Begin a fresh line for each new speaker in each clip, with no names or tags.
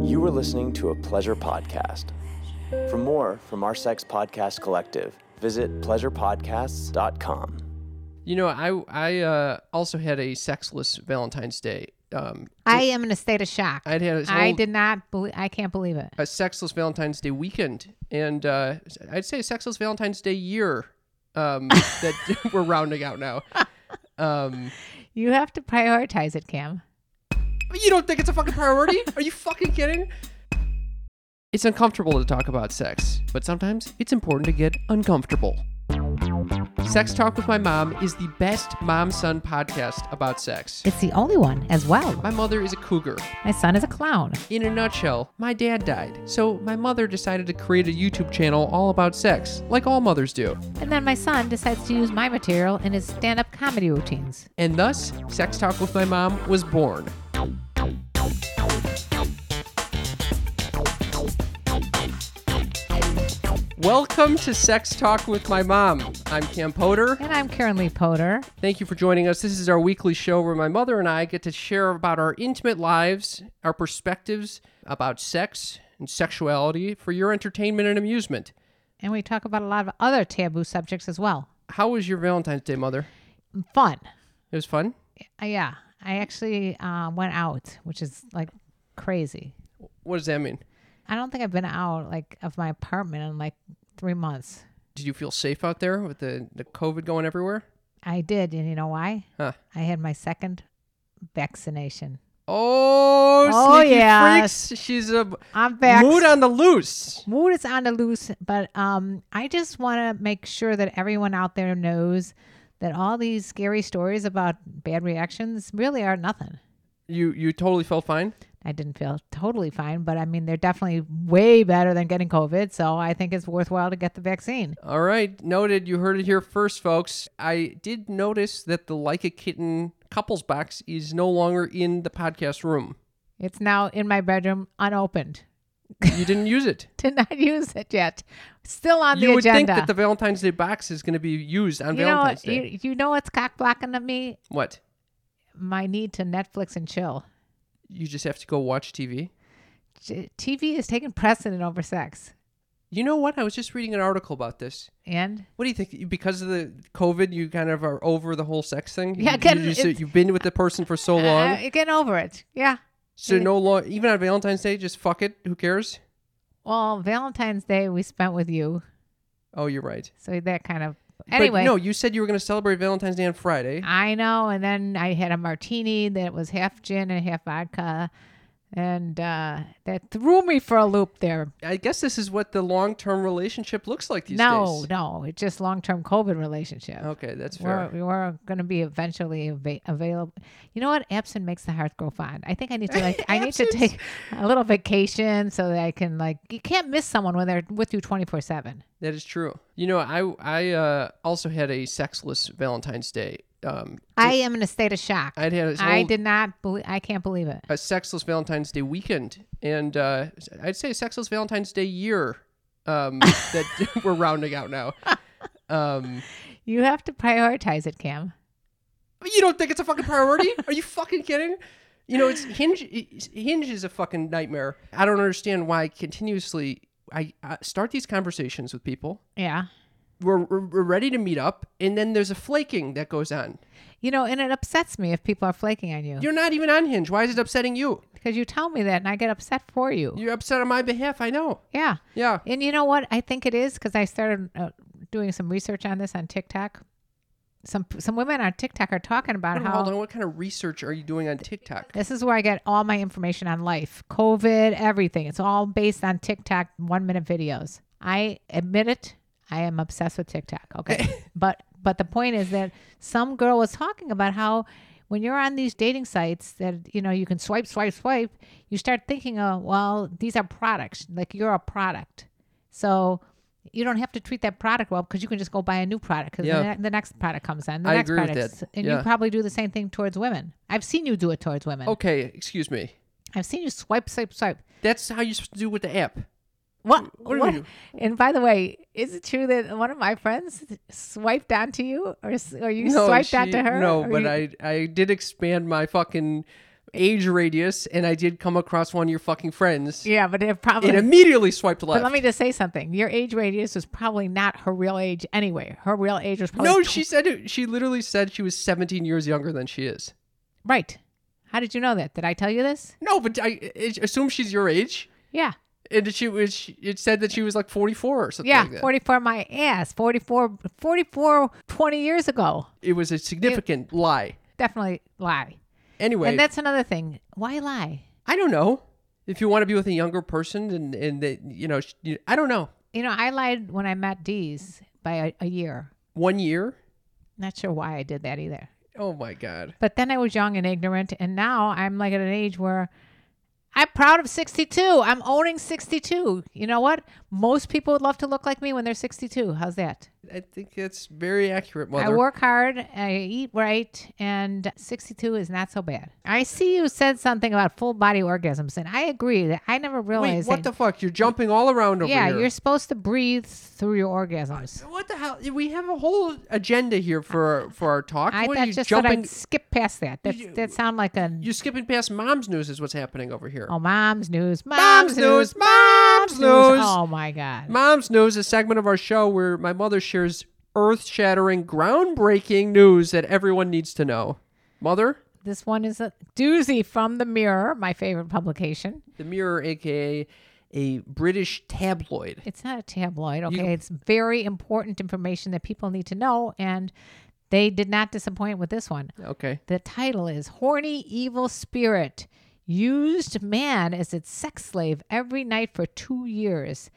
You are listening to a pleasure podcast. For more from our Sex Podcast Collective, visit pleasurepodcasts.com.
You know, I I uh, also had a sexless Valentine's Day. Um,
I am in a state of shock.
I'd had this
I
whole-
did not believe. I can't believe it.
a sexless Valentine's Day weekend, and uh, I'd say a sexless Valentine's Day year um, that we're rounding out now. Um,
You have to prioritize it, Cam.
you don't think it's a fucking priority? Are you fucking kidding? It's uncomfortable to talk about sex, but sometimes it's important to get uncomfortable. Sex Talk with My Mom is the best mom son podcast about sex.
It's the only one as well.
My mother is a cougar.
My son is a clown.
In a nutshell, my dad died, so my mother decided to create a YouTube channel all about sex, like all mothers do.
And then my son decides to use my material in his stand up comedy routines.
And thus, Sex Talk with My Mom was born. Welcome to Sex Talk with My Mom. I'm Cam Potter.
And I'm Karen Lee Potter.
Thank you for joining us. This is our weekly show where my mother and I get to share about our intimate lives, our perspectives about sex and sexuality for your entertainment and amusement.
And we talk about a lot of other taboo subjects as well.
How was your Valentine's Day, Mother?
Fun.
It was fun.
Uh, yeah. I actually uh, went out, which is like crazy.
What does that mean?
I don't think I've been out like of my apartment in like three months.
Did you feel safe out there with the, the COVID going everywhere?
I did. And you know why?
Huh.
I had my second vaccination.
Oh,
Oh,
sneaky
yes.
freaks. She's a
I'm back.
mood on the loose.
mood is on the loose, but um, I just want to make sure that everyone out there knows that all these scary stories about bad reactions really are nothing.
You you totally felt fine.
I didn't feel totally fine, but I mean, they're definitely way better than getting COVID. So I think it's worthwhile to get the vaccine.
All right, noted. You heard it here first, folks. I did notice that the Like a Kitten couples box is no longer in the podcast room.
It's now in my bedroom, unopened.
You didn't use it.
Did not use it yet. Still on
you
the
would
agenda.
think that the Valentine's Day box is going to be used on
you know,
Valentine's Day.
you, you know what's cock blocking to me?
What?
My need to Netflix and chill.
You just have to go watch TV.
J- TV is taking precedent over sex.
You know what? I was just reading an article about this.
And
What do you think? Because of the COVID, you kind of are over the whole sex thing.
Yeah,
you,
again,
you just-
it's-
you've been with the person for so long.
Uh, get over it. Yeah.
So no long, even on Valentine's Day, just fuck it. Who cares?
Well, Valentine's Day we spent with you,
Oh, you're right.
so that kind of.
But
Anyway,
no, you said you were going to celebrate Valentine's Day on Friday.
I know. And then I had a martini that was half gin and half vodka, and uh, that threw me for a loop there.
I guess this is what the long-term relationship looks like these
no,
days. Oh,
no, it's just long-term COVID relationship.
Okay, that's
We're,
fair.
we're going to be eventually ava- available. You know what? Absent makes the heart grow fond. I think I need to like I need to
Absence.
take a little vacation so that I can like you can't miss someone when they're with you twenty four seven.
That is true. You know, I I uh, also had a sexless Valentine's Day. Um,
I am in a state of shock.
I'd had this
I
whole-
did not believe. I can't believe it.
a sexless Valentine's Day weekend, and uh, I'd say a sexless Valentine's Day year um, that we're rounding out now. Um,
You have to prioritize it, Cam.
You don't think it's a fucking priority? Are you fucking kidding? You know, it's Hinge. it's- Hinge is a fucking nightmare. I don't understand why continuously I, I start these conversations with people.
Yeah.
We're, we're we're ready to meet up, and then there's a flaking that goes on.
You know, and it upsets me if people are flaking on you
You're not even on Hinge. Why is it upsetting you?
because you tell me that and I get upset for you.
You're upset on my behalf. I know.
yeah.
Yeah.
And you know what? I think it is because I started uh, doing some research on this on TikTok. Some some women on TikTok are talking about how
Hold on. What kind of research are you doing on TikTok?
this is where I get all my information on life, COVID, everything. It's all based on TikTok one minute videos. I admit it. I am obsessed with TikTok. Okay. but but the point is that some girl was talking about how when you're on these dating sites that you know you can swipe, swipe, swipe, you start thinking, oh well, these are products. Like you're a product. So you don't have to treat that product well because you can just go buy a new product because
Yeah.
the, ne- the next product comes on. The
I
next
agree with
product,
that.
and
Yeah.
you probably do the same thing towards women. I've seen you do it towards women.
Okay. Excuse me.
I've seen you swipe, swipe, swipe.
That's how you're supposed to do with the app.
What?
What do
What?
you mean?
And by the way, is it true that one of my friends swiped onto you, or s- or you swiped
she-
onto her?
No,
Or
but
you-
I I did expand my fucking age radius, and I did come across one of your fucking friends.
Yeah, but it probably.
It immediately swiped left.
but let me just say something. Your age radius was probably not her real age anyway. Her real age was probably
no,
tw-
she said it, she literally said she was 17 years younger than she is.
right. How did you know that? Did I tell you this?
No, but I, I assume she's your age.
Yeah,
And she was. It said that she was like 44 or something.
yeah.
like that.
Forty-four, my ass. 44, 44 20 years ago.
It was a significant lie.
Definitely lie.
Anyway,
And that's another thing. Why lie?
I don't know if you want to be with a younger person and and that you know sh- you- I don't know
You know, I lied when I met Dee's by a, a year.
one year.
Not sure why I did that either.
Oh my god.
But then I was young and ignorant, and now I'm like at an age where I'm proud of 62. I'm owning 62. You know what? Most people would love to look like me when they're 62. How's that?
I think that's very accurate, mother.
I work hard, I eat right, and 62 is not so bad. I see you said something about full body orgasms, and I agree that I never
Wait,
realized.
what the fuck? You're jumping all around over
yeah,
here.
you're supposed to breathe through your orgasms.
What the hell? We have a whole agenda here for for our talk.
I
what are
thought
you
just that
jumping?
I'd skip past that. That
You-
that sound like a
You're skipping past mom's news. Is what's happening over here.
oh mom's news,
mom's news. Mom's news.
Oh my god.
Mom's News, a segment of our show where my mother shares earth shattering, groundbreaking news that everyone needs to know. Mother,
This one is a doozy from the Mirror, my favorite publication.
the Mirror, aka a British tabloid.
It's not a tabloid, okay? It's very important information that people need to know and they did not disappoint with this one.
Okay.
The title is Horny Evil Spirit Used Man as its Sex Slave Every Night for Two Years.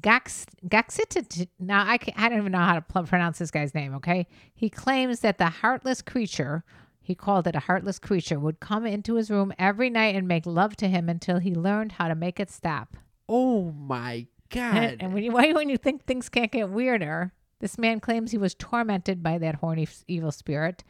Gax, Gaxit, now I, can, I don't even know how to pl- pronounce this guy's name, okay? He claims that the heartless creature, he called it a heartless creature, would come into his room every night and make love to him until he learned how to make it stop.
Oh my
And,
God.
and when, you, why, when you think things can't get weirder, this man claims he was tormented by that horny f- evil spirit.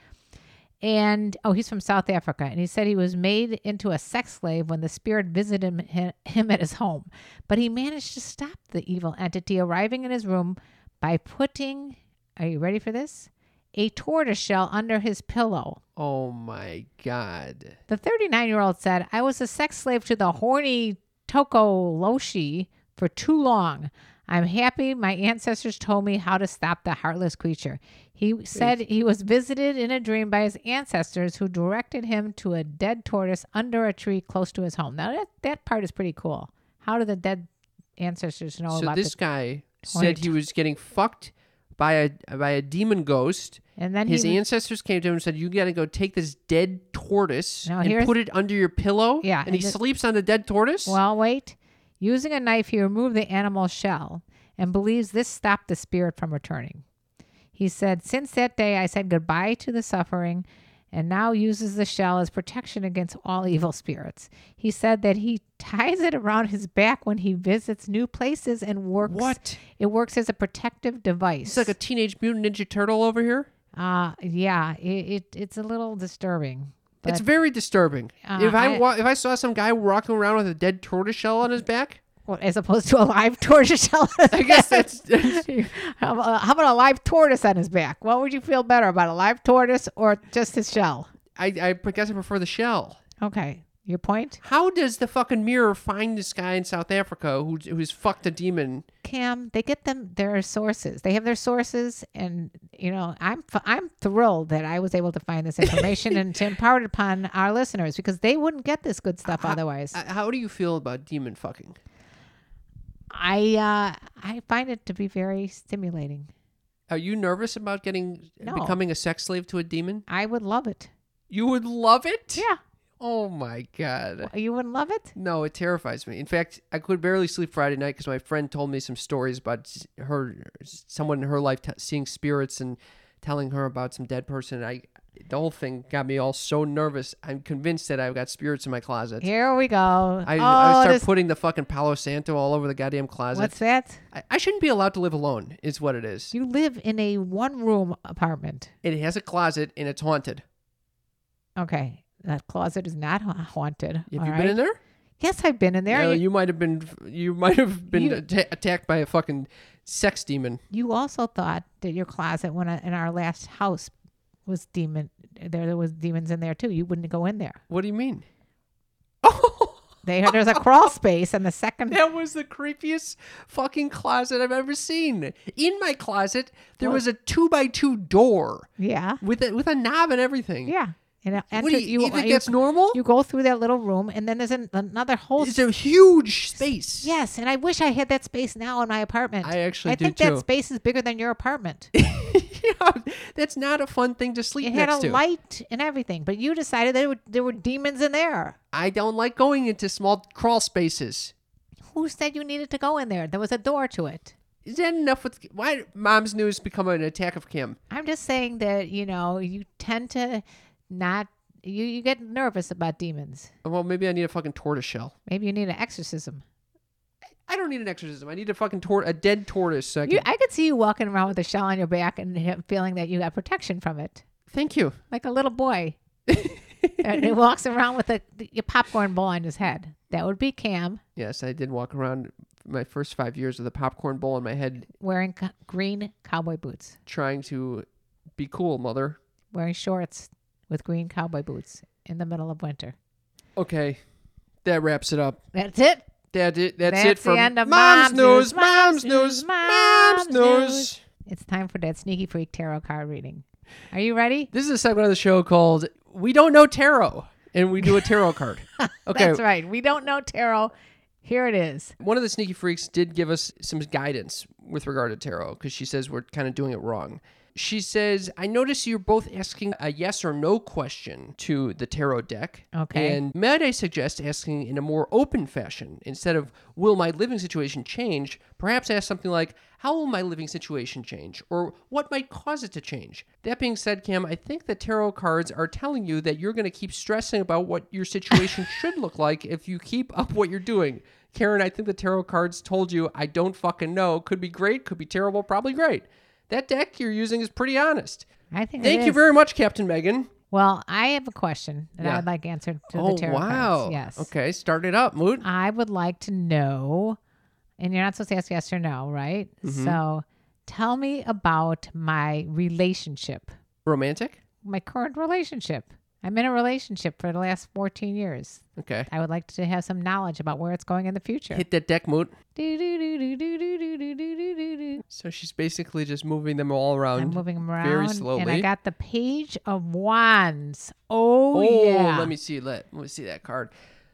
And oh, he's from South Africa. And he said he was made into a sex slave when the spirit visited him, hi- him at his home. But he managed to stop the evil entity arriving in his room by putting, are you ready for this? A tortoise shell under his pillow.
Oh my God.
The 39 year old said, I was a sex slave to the horny Toko Loshi for too long. I'm happy my ancestors told me how to stop the heartless creature. He said he was visited in a dream by his ancestors who directed him to a dead tortoise under a tree close to his home. Now, that, that part is pretty cool. How do the dead ancestors know
So
about
this
this?
guy said
Hornet.
he was getting fucked by a by a demon ghost.
And then
His
he.
ancestors came to him and said, "You got to go take this dead tortoise
Now
and
here's-
put it under your pillow."
Yeah,
and,
and
he
this-
sleeps on the dead tortoise.
Well, wait. Using a knife, he removed the animal's shell and believes this stopped the spirit from returning. He said, Since that day, I said goodbye to the suffering and now uses the shell as protection against all evil spirits. He said that he ties it around his back when he visits new places and works.
What?
It works as a protective device.
It's like a Teenage Mutant Ninja Turtle over here.
uh, yeah, it, it, it's a little disturbing. But
it's very disturbing.
Uh,
if I,
I-
wa- if I saw some guy walking around with a dead tortoise shell on his back,
Well, as opposed to a live tortoise shell. on his
I guess
back.
that's- that's-
how about how about a live tortoise on his back? What would you feel better about, a live tortoise or just his shell?
I, I pre- guess I prefer the shell.
Okay, your point,
How does the fucking mirror find this guy in South Africa who's who's fucked a demon?
Cam. They get them their sources. They have their sources, and you know, I'm f- I'm thrilled that I was able to find this information and to empower it upon our listeners because they wouldn't get this good stuff otherwise.
Uh, How do you feel about demon fucking?
I uh, I find it to be very stimulating.
Are you nervous about getting
No.
becoming a sex slave to a demon?
I would love it.
You would love it.
Yeah,
Oh my god.
you wouldn't love it.
No, it terrifies me. In fact, I could barely sleep Friday night because my friend told me some stories about s- her, someone in her life t- seeing spirits and telling her about some dead person. And I, the whole thing got me all so nervous. I'm convinced that I've got spirits in my closet.
Here we go.
I,
oh,
I start
this-
putting the fucking Palo Santo all over the goddamn closet.
what's that?
I, I shouldn't be allowed to live alone. Is what it is.
You live in a one room apartment.
It has a closet and it's haunted.
Okay. That closet is not ha- haunted.
Have
all
you
right?
been in there?
Yes, I've been in there.
Uh,
you,
you might have been. You might have been
You-
atta- attacked by a fucking sex demon.
you also thought that your closet when I, in our last house was demon. There, there was demons in there too. You wouldn't go in there.
What do you mean? Oh,
They, there's a crawl space, and the second
That was the creepiest fucking closet I've ever seen. In my closet, there was a two by two door
yeah
with a, with a knob and everything.
yeah. And it
What do
enter-
you, you think that's normal?
You go through that little room, and then there's an, another whole.
it's a huge space.
yes, and I wish I had that space now in my apartment.
I actually
I
do
think
too.
that space is bigger than your apartment.
Yeah, that's not a fun thing to sleep
It had
next
a
to.
light and everything, but you decided there were, there were demons in there.
I don't like going into small crawl spaces.
Who said you needed to go in there? There was a door to it.
Is that enough with why did mom's news become an attack of Kim?
I'm just saying that you know you tend to not you you get nervous about demons.
Well, maybe I need a fucking tortoiseshell.
Maybe you need an exorcism.
I don't need an exorcism. I need a fucking tor- a dead tortoise. So I
You,
can-
I could see you walking around with a shell on your back and ha- feeling that you got protection from it,
Thank you.
like a little boy. and he walks around with a, a popcorn bowl on his head. That would be Cam
Yes, I did walk around my first five years with a popcorn bowl in my head,
wearing co- green cowboy boots,
trying to be cool, mother.
wearing shorts with green cowboy boots in the middle of winter.
Okay, that wraps it up.
That's it.
That it, that's,
That's
it for
the end of
mom's,
Mom's
news.
News,
Mom's
Mom's
news.
News,
Mom's
Mom's
news.
It's time for that sneaky freak tarot card reading. Are you ready?
This is a segment of the show called "We Don't Know Tarot," and we do a tarot card. Okay,
That's right. We don't know tarot. Here it is.
one of the sneaky freaks did give us some guidance with regard to tarot because she says we're kind of doing it wrong. She says, I notice you're both asking a yes or no question to the tarot deck.
Okay.
And might I suggest asking in a more open fashion? Instead of, will my living situation change? Perhaps ask something like, how will my living situation change? Or what might cause it to change? That being said, Cam, I think the tarot cards are telling you that you're going to keep stressing about what your situation should look like if you keep up what you're doing. Karen, I think the tarot cards told you, I don't fucking know. Could be great, could be terrible, probably great. That deck you're using is pretty honest.
I think. it
Thank you
is.
very much, Captain Megan.
Well, I have a question that
Yeah.
I would like answered to
oh,
the tarot
wow.
cards. Yes.
Okay, start it up, Moot.
I would like to know, and you're not supposed to ask yes or no, right?
Mm-hmm.
So, tell me about my relationship,
Romantic?
my current relationship. I'm in a relationship for the last 14 years.
Okay.
I would like to have some knowledge about where it's going in the future.
Hit that deck, Moot.
Do, do, do, do, do, do, do, do, do, do, do, do.
So she's basically just moving them all around.
I'm moving 'em around.
very
And
slowly.
I got the page of wands. Oh,
Oh,
yeah.
let me see. Let, let me see that card.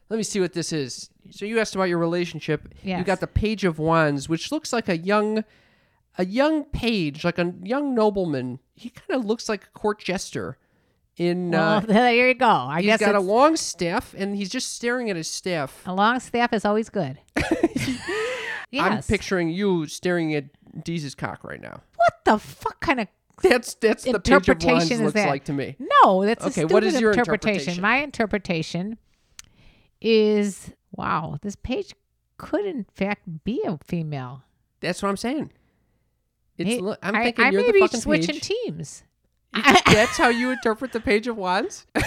Let me see what this is. So you asked about your relationship. You
Yes.
got the Page of Wands, which looks like a young, a young page, like a young nobleman. He kind of looks like a court jester. In
well,
uh,
there you go. I
he's
guess
got a
it's- Oh,
long staff, and he's just staring at his staff.
A long staff is always good.
I'm
yes.
picturing you staring at Deez's cock right now.
what the fuck kind of
That's that's the Page of
interpretation
Wands
is
looks
that?
like to me.
no? That's
Okay,
A
what is
stupid
your interpretation?
interpretation? My interpretation is wow. This page could in fact be a female.
That's what I'm saying. It's.
May-
li- I'm
I-
thinking
I
you're
may
the
be
fucking
switching
page.
teams.
that's how you interpret the page of wands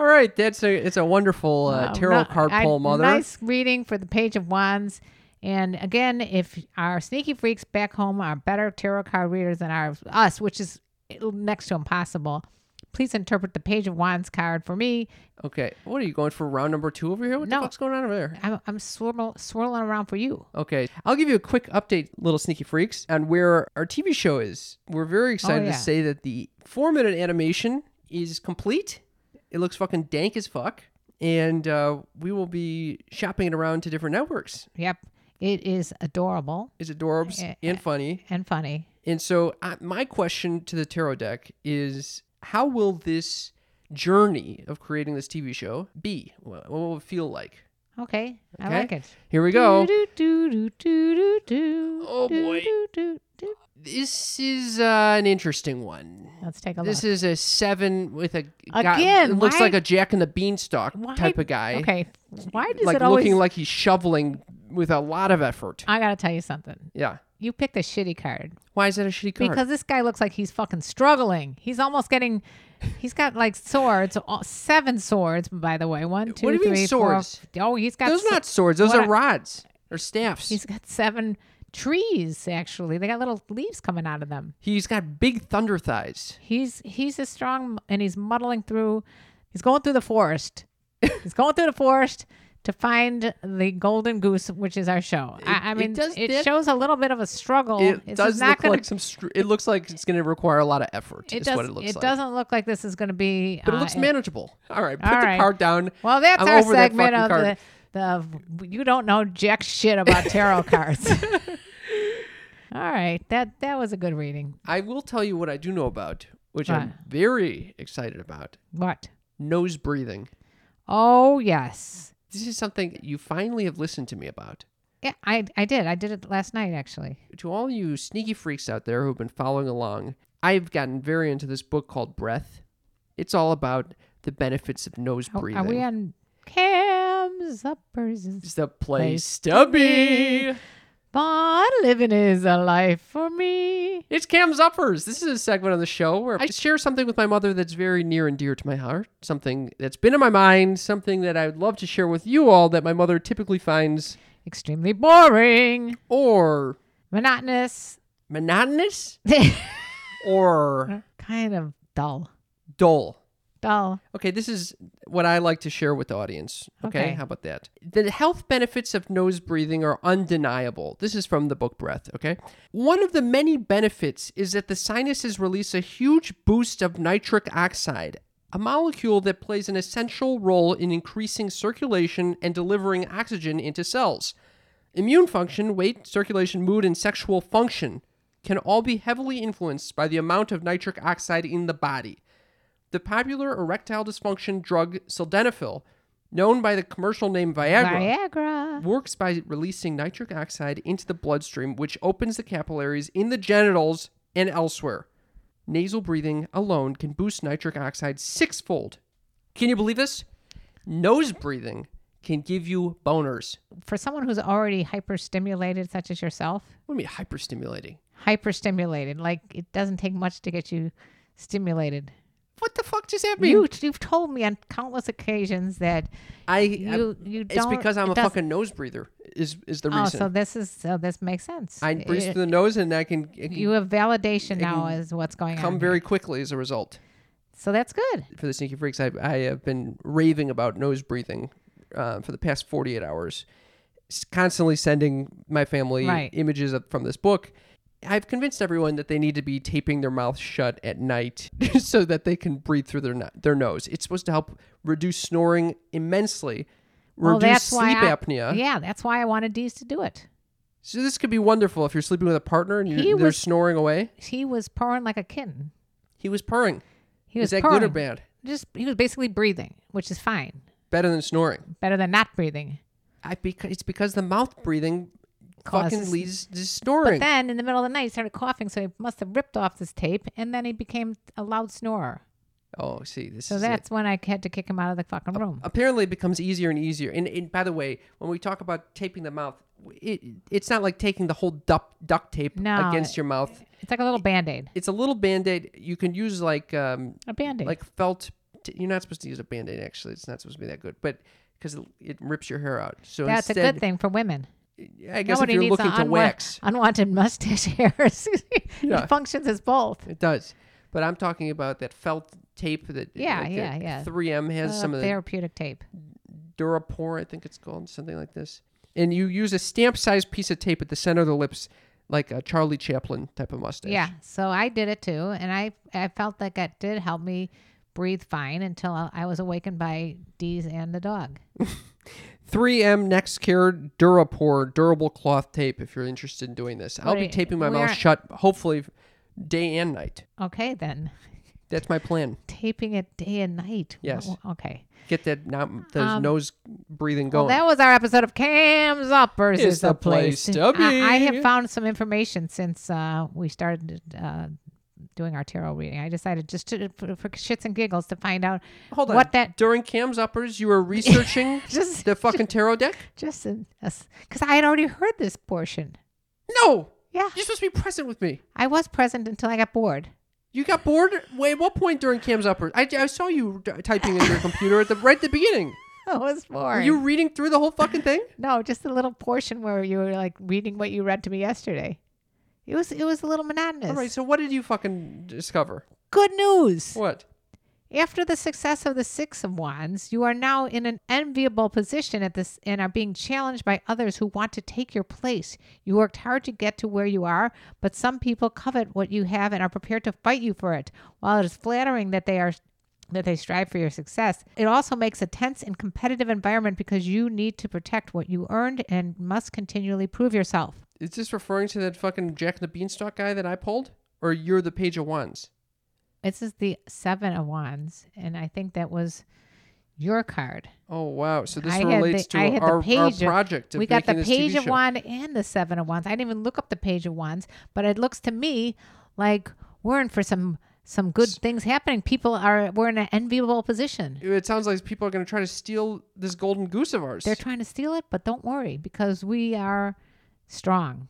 all right that's a it's a wonderful uh,
Wow,
tarot
no-
card
I-
pull mother
Nice reading for the Page of Wands. And again, if our sneaky freaks back home are better tarot card readers than our us, which is next to impossible, please interpret the Page of Wands card for me.
okay what are you going for round number two over here what
No.
the fuck's going on over there
I'm, I'm swirl, swirling around for you.
okay i'll give you a quick update little sneaky freaks on where our tv show is we're very excited
Oh, yeah.
to say that the four minute animation is complete it looks fucking dank as fuck and uh, we will be shopping it around to different networks
Yep, it is adorable
it's adorbs
Eh,
and funny
and funny.
And so, I, my question to the tarot deck is how will this journey of creating this TV show be? Wha- What will it feel like?
Okay, I
Okay.
like it.
Here we go.
Do, do, do, do, do, do,
Oh,
do,
boy.
do, do, do.
This is uh, an interesting one.
Let's take a look.
This is a seven with a Guy,
Again,
it looks
why-
like a Jack and the Beanstalk
Why-
type of guy.
Okay, why does
like
it always? Uh,
looking like he's shoveling with a lot of effort.
I gotta tell you something.
yeah.
You picked a shitty card
Why is that a shitty card?
because this guy looks like he's fucking struggling. He's almost getting. He's got like swords, all- seven swords, by the way. One, two,
do
three,
you mean
four,
swords?
f- Oh, he's got.
those
se-
are not swords. Those
what
are
I-
rods or staffs.
He's got seven trees. Actually, they got little leaves coming out of them.
he's got big thunder thighs.
He's he's a strong and he's muddling through. He's going through the forest. he's going through the forest, to find the golden goose, which is our show. I, I
it
mean, it,
does that-
shows a little bit of a struggle.
It
This is
does
not
look
gonna-
like some. Str- it looks like it's going to require a lot of effort.
It
is
does.
what it looks like.
doesn't look like this is going to be.
But it
uh,
looks
a-
manageable. All right, put
All
the
right.
card down.
Well, that's
I'm
our
over that
segment
fucking
of
card.
the, the you don't know jack shit about tarot cards. All right, that that was a good reading.
I will tell you what I do know about, which I'm
What?
very excited about.
What?
Nose breathing.
Oh yes,
This is something that you finally have listened to me about.
yeah, I I did. I did it last night actually.
To all you sneaky freaks out there who've been following along, I've gotten very into this book called Breath. It's all about the benefits of nose
Are-
breathing.
Are we on cams uppers? and-
It's the place to be.
But living is a life for me.
It's Cam's Uppers. This is a segment on the show where I share something with my mother that's very near and dear to my heart, something that's been in my mind, something that I would love to share with you all that my mother typically finds
Extremely boring,
or
monotonous,
monotonous or
kind of dull,
dull.
dull.
Okay, this is what I like to share with the audience. Okay,
Okay.
how about that? The health benefits of nose breathing are undeniable. This is from the book Breath. Okay. One of the many benefits is that the sinuses release a huge boost of nitric oxide, a molecule that plays an essential role in increasing circulation and delivering oxygen into cells. Immune function, weight, circulation, mood, and sexual function can all be heavily influenced by the amount of nitric oxide in the body the popular erectile dysfunction drug sildenafil, known by the commercial name Viagra,
Viagra.
works by releasing nitric oxide into the bloodstream, which opens the capillaries in the genitals and elsewhere. Nasal breathing alone can boost nitric oxide sixfold. Can you believe this? Nose breathing can give you boners.
For someone who's already hyperstimulated, such as yourself,
What do you mean hyperstimulating?
hyperstimulated, like it doesn't take much to get you stimulated.
What the fuck does that mean?
You, you've told me on countless occasions that
I,
you you
I it's
don't.
because I'm
it
a
doesn't-
fucking nose breather. Is is the
Oh,
reason?
so this is so this makes sense.
I
It-
breathe through the nose and I can, I can
you have validation now
can
as what's going on.
come very quickly as a result.
so that's good.
For the sneaky freaks, I, I have been raving about nose breathing uh, for the past 48 hours, s- constantly sending my family
Right.
images of, from this book. I've convinced everyone that they need to be taping their mouth shut at night so that they can breathe through their no- their nose. It's supposed to help reduce snoring immensely,
well,
reduce
that's
sleep
why I-
apnea.
Yeah, that's why I wanted Dees to do it.
So this could be wonderful if you're sleeping with a partner and
He
you're, they're
was-
snoring away.
He was purring like a kitten.
He was purring.
He was
Is that
purring.
good or bad?
Just he was basically breathing, which is fine.
Better than snoring.
Better than not breathing.
I because it's because the mouth breathing
Causes-
fucking leads to
But
snoring.
then in the middle of the night, he started coughing, so he must have ripped off this tape, and then he became a loud snorer.
oh, see, this
So
is it.
that's when I had to kick him out of the fucking room.
Apparently, it becomes easier and easier. And, and by the way, when we talk about taping the mouth, it it's not like taking the whole duct duct tape
No.
against your mouth.
It's like a little band aid.
It's a little band aid. You can use like um
A band aid.
like felt. T- you're not supposed to use a band aid. Actually, it's not supposed to be that good, but because it, it rips your hair out. So
that's a
instead,
good thing for women.
I guess
Nobody
if you're
needs
looking
the
to
unwa-
wax,
unwanted mustache hairs.
Yeah.
It functions as both.
It does. But I'm talking about that felt tape that
Yeah,
like
yeah,
that
yeah.
3M has
Uh,
some of the
therapeutic tape.
Durapore, I think it's called, something like this. And you use a stamp-sized piece of tape at the center of the lips, like a Charlie Chaplin type of mustache.
Yeah. So I did it too, and I I felt like that did help me breathe fine until I I was awakened by Dee's and the dog.
3M NextCare Durapore durable cloth tape. If you're interested in doing this, I'll
What
be
are-
taping my mouth
where-
shut, hopefully, day and night.
Okay, then
That's my plan.
taping it day and night.
Yes.
Wow, Okay.
Get that now those
Um,
nose breathing
Well,
going.
that was our episode of Cam's Uppers
It's
is the
the
place.
place
to-
to
I, I
be.
have found some information since uh, we started uh, doing our tarot reading. I decided just to, for, for shits and giggles to find out
Hold on.
what that
during Cam's uppers, you were researching
just
the fucking tarot deck.
just because I had already heard this portion.
No,
Yeah,
You're supposed to be present with me.
I was present until I got bored.
You got bored. Wait, what point during Cam's upper? I, I saw you d- typing in your computer at the right at the beginning.
I was
Are
bored.
you reading through the whole fucking thing?
No, just the little portion where you were like reading what you read to me yesterday. It was it was a little monotonous.
All right. So what did you fucking discover?
Good news.
What?
After the success of the Six of Wands, you are now in an enviable position at this and are being challenged by others who want to take your place. You worked hard to get to where you are, but some people covet what you have and are prepared to fight you for it. While it is flattering that they are that they strive for your success, it also makes a tense and competitive environment because you need to protect what you earned and must continually prove yourself.
Is this referring to that fucking Jack and the Beanstalk guy that I pulled? Or you're the page of wands?
This is the Seven of Wands, and I think that was your card.
Oh wow! So this
I had the-
relates
I
to
had the
our, our
page of-
project. Of
we got the
making this
Page
TV
of
show.
Wands and the Seven of Wands. I didn't even look up the Page of Wands, but it looks to me like we're in for some some good things happening. People are we're in an enviable position.
It sounds like people are going to try to steal this golden goose of ours.
They're trying to steal it, but don't worry because we are strong.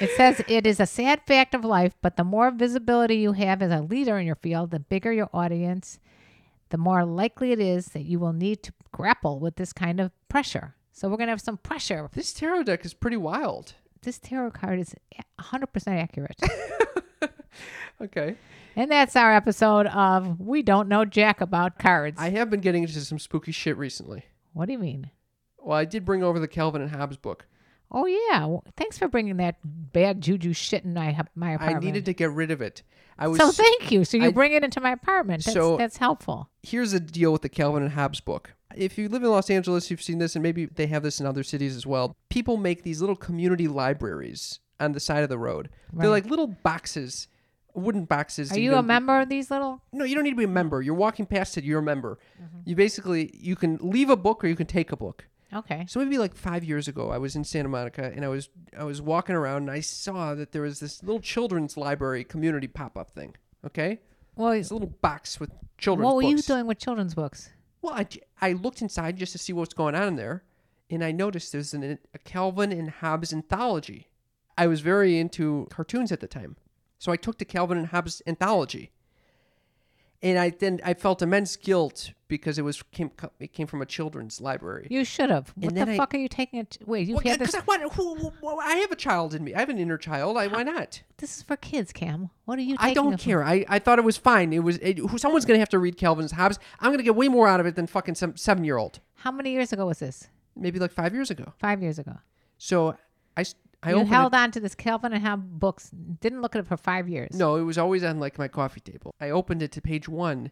it says it is a sad fact of life, but the more visibility you have as a leader in your field, the bigger your audience, the more likely it is that you will need to grapple with this kind of pressure. So we're going to have some pressure.
this tarot deck is pretty wild.
This tarot card is 100% accurate.
Okay,
and that's our episode of We Don't Know Jack About Cards.
I have been getting into some spooky shit recently.
what do you mean?
Well, I did bring over the Calvin and Hobbes book.
Oh yeah, Well, thanks for bringing that bad juju shit in my my
I
apartment.
needed to get rid of it. I was
so thank you. So you
I-
bring it into my apartment. That's,
So-
that's helpful.
here's the deal with the Calvin and Hobbes book. If you live in Los Angeles, you've seen this, and maybe they have this in other cities as well. People make these little community libraries on the side of the road. They're
Right.
like little boxes, wooden boxes.
Are
that
you
don't-
a member of these little?
No, you don't need to be a member. You're walking past it. You're a member.
Mm-hmm.
You basically you can leave a book or you can take a book.
Okay.
So maybe like five years ago, I was in Santa Monica and I was I was walking around and I saw that there was this little children's library community pop up thing. Okay,
Well,
it's a little box with children's.
what were you
books.
doing with children's books?
Well, I, j- I looked inside just to see what's going on in there, and I noticed there's an, a Calvin and Hobbes anthology. I was very into cartoons at the time, so I took the Calvin and Hobbes anthology, and I then I felt immense guilt because it was came co- it came from a children's library.
You should have. What
then
the
I-
fuck are you taking it? Wait, you've
Well,
had this.
'cause I, want- who, who- who- I have a child in me. I have an inner child. I, why not?
This is for kids, Cam. What are you? Taking
I don't
it for?
care. I, I thought it was fine. It was it, who- someone's gonna have to read Calvin's Hobbes. I'm gonna get way more out of it than fucking some seven year old.
How many years ago was this?
Maybe like five years ago.
Five years ago.
So I s- I
you
opened
held
it.
on to this Calvin and Hobbes books. Didn't look at it for five years.
No, it was always on like my coffee table. I opened it to page one,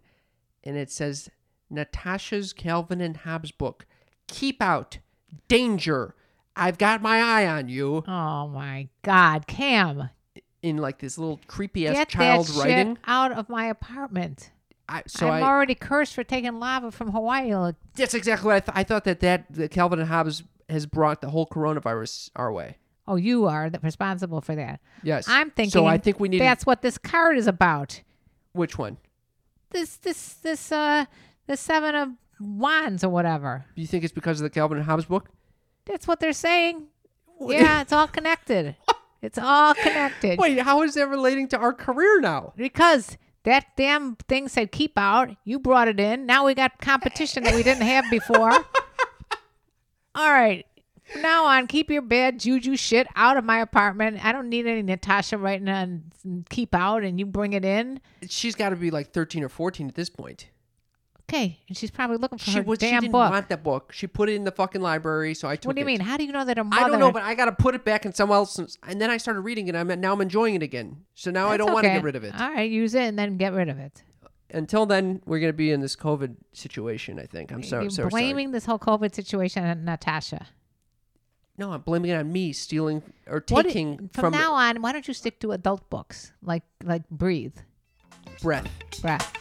and it says Natasha's Calvin and Hobbes book. Keep out, danger. I've got my eye on you.
Oh my God, Cam!
In like this little creepy ass
get
child
that shit
writing.
out of my apartment.
I, so
I'm
I,
already cursed for taking lava from Hawaii. Look,
that's exactly what I, th- I thought that that the Calvin and Hobbes has brought the whole coronavirus our way.
Oh, you are the, responsible for that.
Yes,
I'm thinking.
So I think we need
That's what this card is about.
which one?
This, this, this, uh, the seven of wands or whatever.
Do you think it's because of the Calvin and Hobbes book?
That's what they're saying. Yeah, it's all connected. it's all connected.
Wait, how is that relating to our career now?
Because that damn thing said keep out. You brought it in. Now we got competition that we didn't have before. All right. From now on, keep your bad juju shit out of my apartment. I don't need any Natasha writing on keep out and you bring it in.
she's got to be like 13 or 14 at this point.
Okay. And she's probably looking for
She
her
was she
damn
didn't
book.
want that book. She put it in the fucking library, so I took
what do you
it.
mean? How do you know that her mother?
I don't know, but I got to put it back in someone else's. And then I started reading it. I'm now I'm enjoying it again. So now I
That's
don't want to
okay.
get rid of it.
All right, use it and then get rid of it.
Until then, we're gonna be in this COVID situation. I think I'm so,
You're
so sorry.
blaming this whole COVID situation on Natasha.
No, I'm blaming it on me stealing or
What i-
taking
from,
from,
now on, why don't you stick to adult books like like Breathe?
breath.
breath.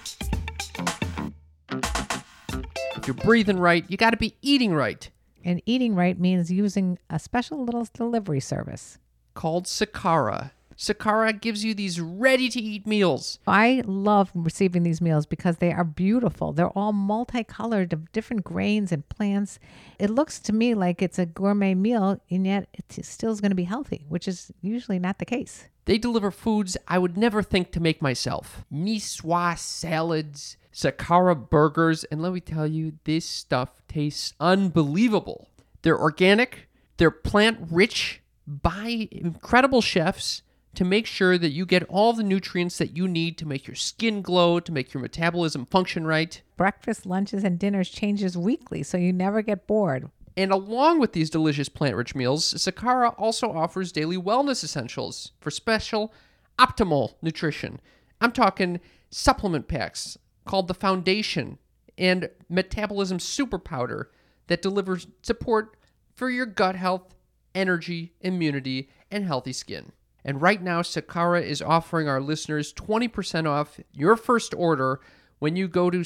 If you're breathing right, you got to be eating right.
And eating right means using a special little delivery service.
Called Sakara. Sakara gives you these ready-to-eat meals.
I love receiving these meals because they are beautiful. They're all multicolored of different grains and plants. It looks to me like it's a gourmet meal, and yet it still is going to be healthy, which is usually not the case.
They deliver foods I would never think to make myself. Niçoise salads, Sakara burgers, and let me tell you, this stuff tastes unbelievable. They're organic, they're plant rich by incredible chefs to make sure that you get all the nutrients that you need to make your skin glow, to make your metabolism function right.
Breakfast, lunches, and dinners changes weekly, so you never get bored.
And along with these delicious plant rich meals, Sakara also offers daily wellness essentials for special, optimal nutrition. I'm talking supplement packs called the Foundation and Metabolism Super Powder that delivers support for your gut health, energy, immunity, and healthy skin. And right now, Sakara is offering our listeners 20% off your first order when you go to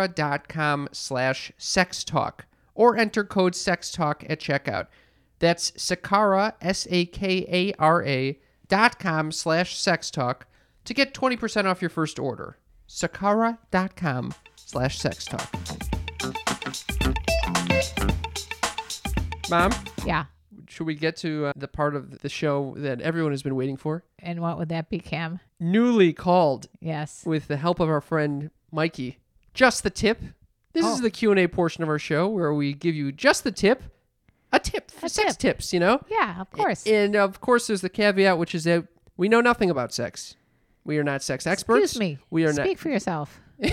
sakara.com slash sextalk or enter code sextalk at checkout. That's sakara, S-A-K-A-R-A dot com slash sextalk to get 20% off your first order. sakara.com slash sextalk. Mom,
Yeah.
should we get to uh, the part of the show that everyone has been waiting for?
And what would that be, Cam?
Newly called
Yes.
with the help of our friend Mikey. Just the tip. This
Oh.
is the Q&A portion of our show where we give you just the tip. A tip for
A
sex
tip.
tips, you know?
Yeah, of course.
And of course there's the caveat which is that we know nothing about sex. We are not sex experts.
Excuse me.
We are
Speak for yourself.
not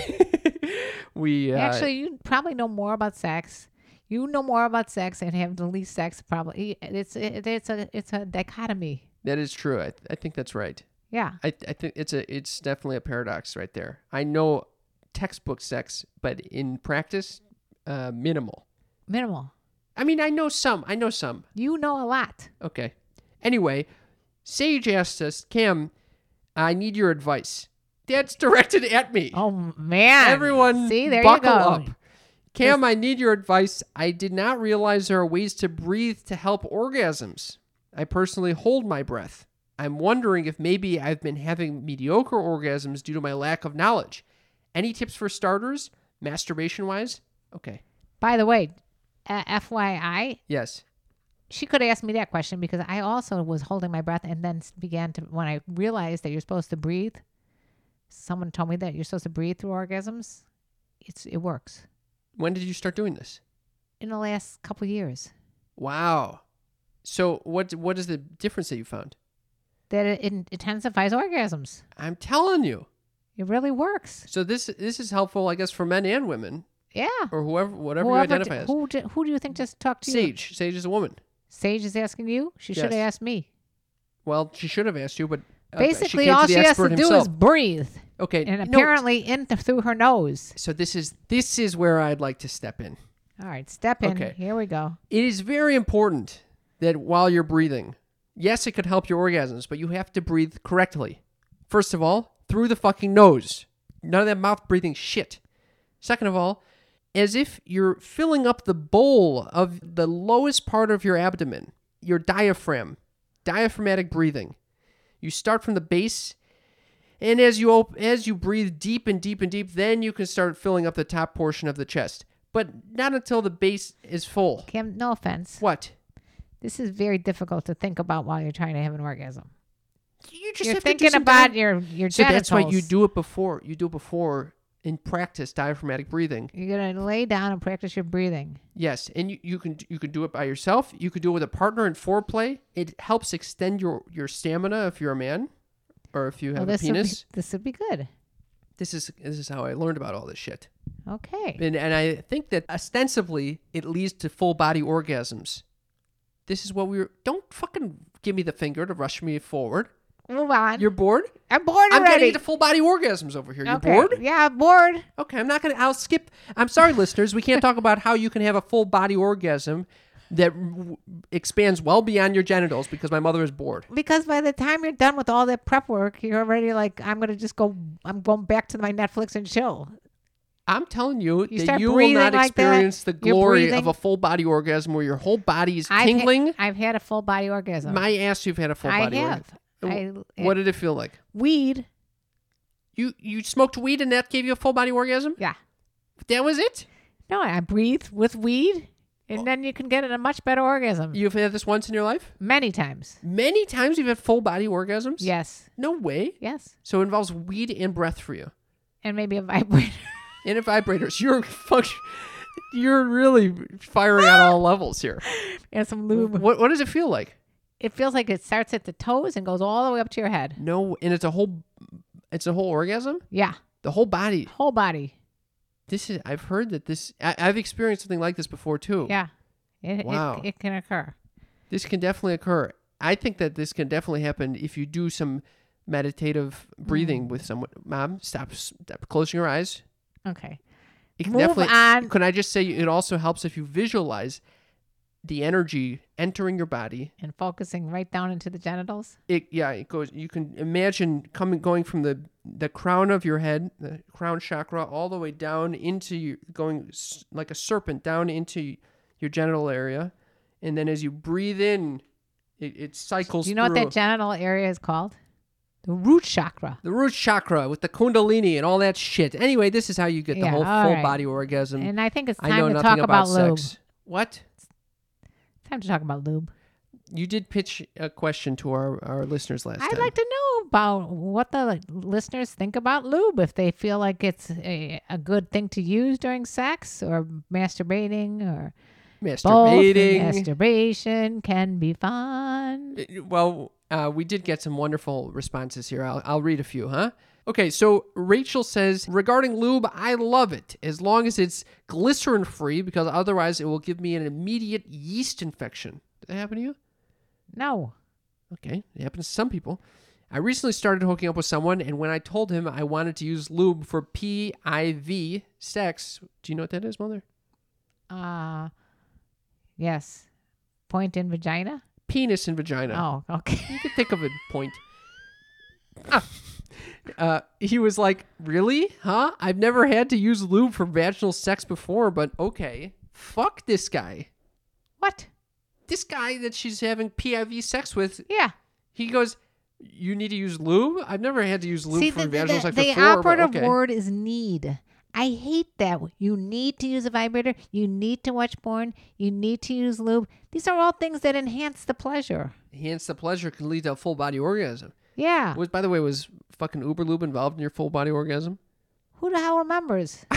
We uh,
Actually, you probably know more about sex. You know more about sex and have the least sex probably. It's it's a it's a dichotomy.
that is true. I, I think that's right.
Yeah.
I, I think it's a it's definitely a paradox right there. I know textbook sex, but in practice, uh, minimal.
Minimal.
I mean, I know some. I know some.
You know a lot.
Okay. Anyway, Sage asked us, Cam, I need your advice. That's directed at me.
Oh man.
Everyone,
See, there
buckle
you go.
up. Cam, I need your advice. I did not realize there are ways to breathe to help orgasms. I personally hold my breath. I'm wondering if maybe I've been having mediocre orgasms due to my lack of knowledge. Any tips for starters, masturbation wise? Okay.
By the way, uh, FYI,
Yes.
she could have asked me that question because I also was holding my breath and then s- began to when I realized that you're supposed to breathe. Someone told me that you're supposed to breathe through orgasms. It's it works
When did you start doing this?
in the last couple years.
Wow. So what what is the difference that you found?
That it, it intensifies orgasms.
I'm telling you.
It really works.
So this this is helpful, I guess, for men and women
Yeah.
or whoever whatever
Whoever
you identify
d-
as.
who d- who do you think just talked to you?
Sage. Sage is a woman.
Sage is asking you. She should have
Yes.
asked me.
Well, she should have asked you, but uh, she
Basically,
came
all
to
she
the
has to
expert
do
himself.
is breathe,
okay.
and
no,
apparently in th- through her nose.
so this is this is where I'd like to step in.
All right, step in.
Okay.
Here we go.
It is very important that while you're breathing, yes, it could help your orgasms, but you have to breathe correctly. First of all, through the fucking nose. None of that mouth breathing shit. Second of all, as if you're filling up the bowl of the lowest part of your abdomen, your diaphragm, diaphragmatic breathing. You start from the base, and as you op- as you breathe deep and deep and deep, then you can start filling up the top portion of the chest. But not until the base is full.
Kim, no offense.
What?
This is very difficult to think about while you're trying to have an orgasm.
You just
you're
have
thinking
to do some
about
diaph-
your your
So
genitals.
that's why you do it before. You do it before in practice diaphragmatic breathing.
You're gonna lay down and practice your breathing.
Yes, and you, you can you can do it by yourself. You can do it with a partner in foreplay. It helps extend your your stamina if you're a man, or if you
Well,
have a
Oh, this would be,
penis.
this would be good.
This is this is how I learned about all this shit.
Okay.
And, and I think that ostensibly it leads to full body orgasms. This is what we were. Don't fucking give me the finger to rush me forward.
Move on.
You're bored.
I'm bored
I'm
already.
getting into full body orgasms over here. You're
Okay.
bored.
Yeah, I'm bored.
Okay, I'm not gonna. I'll skip. I'm sorry, listeners. We can't talk about how you can have a full body orgasm that w- expands well beyond your genitals because my mother is bored.
Because by the time you're done with all that prep work, you're already like, I'm gonna just go. I'm going back to my Netflix and chill.
I'm telling you,
You
that
start
you will
breathing
not
like that,
experience the
you're
glory of
breathing.
a full body orgasm where your whole body is
I've ha-
tingling.
I've, had a full body orgasm.
my ass, you've had a full
I
body
have.
orgasm.
I-
what did it feel like?
Weed.
You you smoked weed and that gave you a full body orgasm.
Yeah.
That was it.
No, I breathe with weed,
Oh.
and then you can get a much better orgasm.
You've had this once in your life.
Many times.
Many times you've had full body orgasms.
Yes.
No way.
Yes.
So it involves weed and breath for you.
And maybe a vibrator.
and a vibrators. You're function. You're really firing on all levels here.
and some lube.
What what does it feel like?
it feels like it starts at the toes and goes all the way up to your head.
No, and it's a whole, it's a whole orgasm.
Yeah,
The whole body.
whole body.
This is. I've heard that this. I, I've experienced something like this before too.
Yeah, it,
Oh. Wow.
it, it can occur.
This can definitely occur. I think that this can definitely happen if you do some meditative
Mm.
breathing with someone. Mom, stop, stop closing your eyes.
Okay.
It
Move on.
Can I just say it also helps if you visualize the energy entering your body.
And focusing right down into the genitals.
It yeah, it goes. You can imagine coming going from the the crown of your head, the crown chakra, all the way down into your, going s- like a serpent down into your genital area, and then as you breathe in, it, it cycles.
Do you know what
through.
that genital area is called? The root chakra.
the root chakra with the kundalini and all that shit. Anyway, this is how you get the
Yeah,
whole
all
full
right.
body orgasm.
And I think it's
I know
time to
nothing
talk
about,
about, lube.
sex. What?
Time to talk about lube.
You did pitch a question to our, our listeners last
I'd
time.
like to know about what the like, listeners think about lube. If they feel like it's a, a good thing to use during sex or masturbating or both.
Masturbating.
Masturbation can be fun.
Uh, Well, uh, we did get some wonderful responses here. I'll, I'll read a few, huh? Okay, so Rachel says regarding lube, I love it as long as it's glycerin free because otherwise it will give me an immediate yeast infection. Did that happen to you?
No.
Okay, it happens to some people. I recently started hooking up with someone, and when I told him I wanted to use lube for PIV sex, do you know what that is, mother?
Uh yes. Point in vagina?
Penis and vagina.
Oh, okay.
You can think of a point. Ah. Uh, he was like, Really? Huh? I've never had to use lube for vaginal sex before, but okay. Fuck this guy.
what?
This guy that she's having PIV sex with,
Yeah.
he goes, You need to use lube? I've never had to use lube
See,
for
the, the,
vaginal
the,
sex
the
before. but
operative
okay.
word is need. I hate that. You need to use a vibrator. You need to watch porn. You need to use lube. These are all things that enhance the pleasure.
Hence, the pleasure can lead to a full body orgasm.
Yeah.
Was by the way, was fucking Uber Lube involved in your full body orgasm?
Who the hell remembers?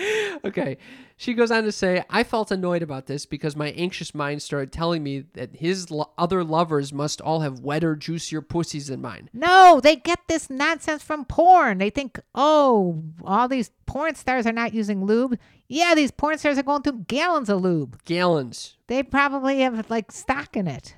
okay. She goes on to say, I felt annoyed about this because my anxious mind started telling me that his lo- other lovers must all have wetter, juicier pussies than mine.
No, they get this nonsense from porn. They think, oh, all these porn stars are not using lube. Yeah, these porn stars are going through gallons of lube.
Gallons.
They probably have like stock in it.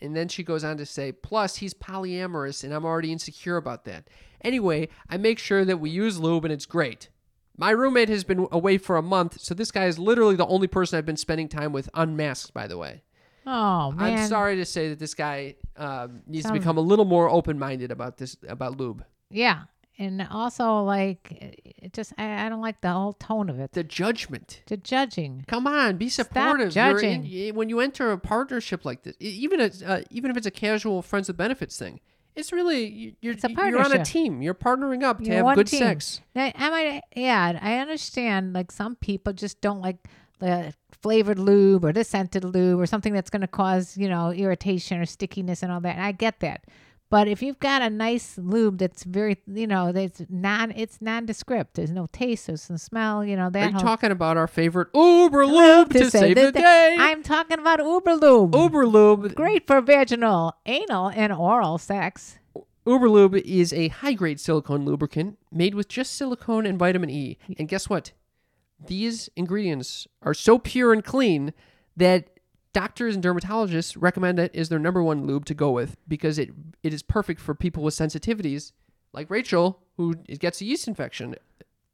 And then she goes on to say, plus he's polyamorous and I'm already insecure about that. Anyway, I make sure that we use lube and it's great. My roommate has been away for a month, so this guy is literally the only person I've been spending time with unmasked, by the way.
Oh man,
I'm sorry to say that this guy um, needs to become a little more open-minded about this about lube.
Yeah, and also like, it just I, I don't like the whole tone of it.
The judgment.
The judging.
Come on, be supportive.
judging.
You're in, when you enter a partnership like this, e- even a, uh, even if it's a casual friends with benefits thing, it's really you- you're
a
you're on a
partnership.
team. You're partnering up to
You're
have
one
good
team.
sex.
Now, I might, yeah, I understand. Like some people just don't like the flavored lube or the scented lube or something that's going to cause you know irritation or stickiness and all that. And I get that, but if you've got a nice lube that's very, you know, that's non, it's nondescript. There's no taste, there's no smell. You know that.
Are you
whole,
talking about our favorite Uber lube to,
To say
save
that-
the day?
I'm talking about Uber lube.
Uber lube.
Great for vaginal, anal, and oral sex.
Uberlube is a high grade silicone lubricant made with just silicone and vitamin E. And guess what? These ingredients are so pure and clean that doctors and dermatologists recommend it as their number one lube to go with because it it is perfect for people with sensitivities like Rachel who gets a yeast infection.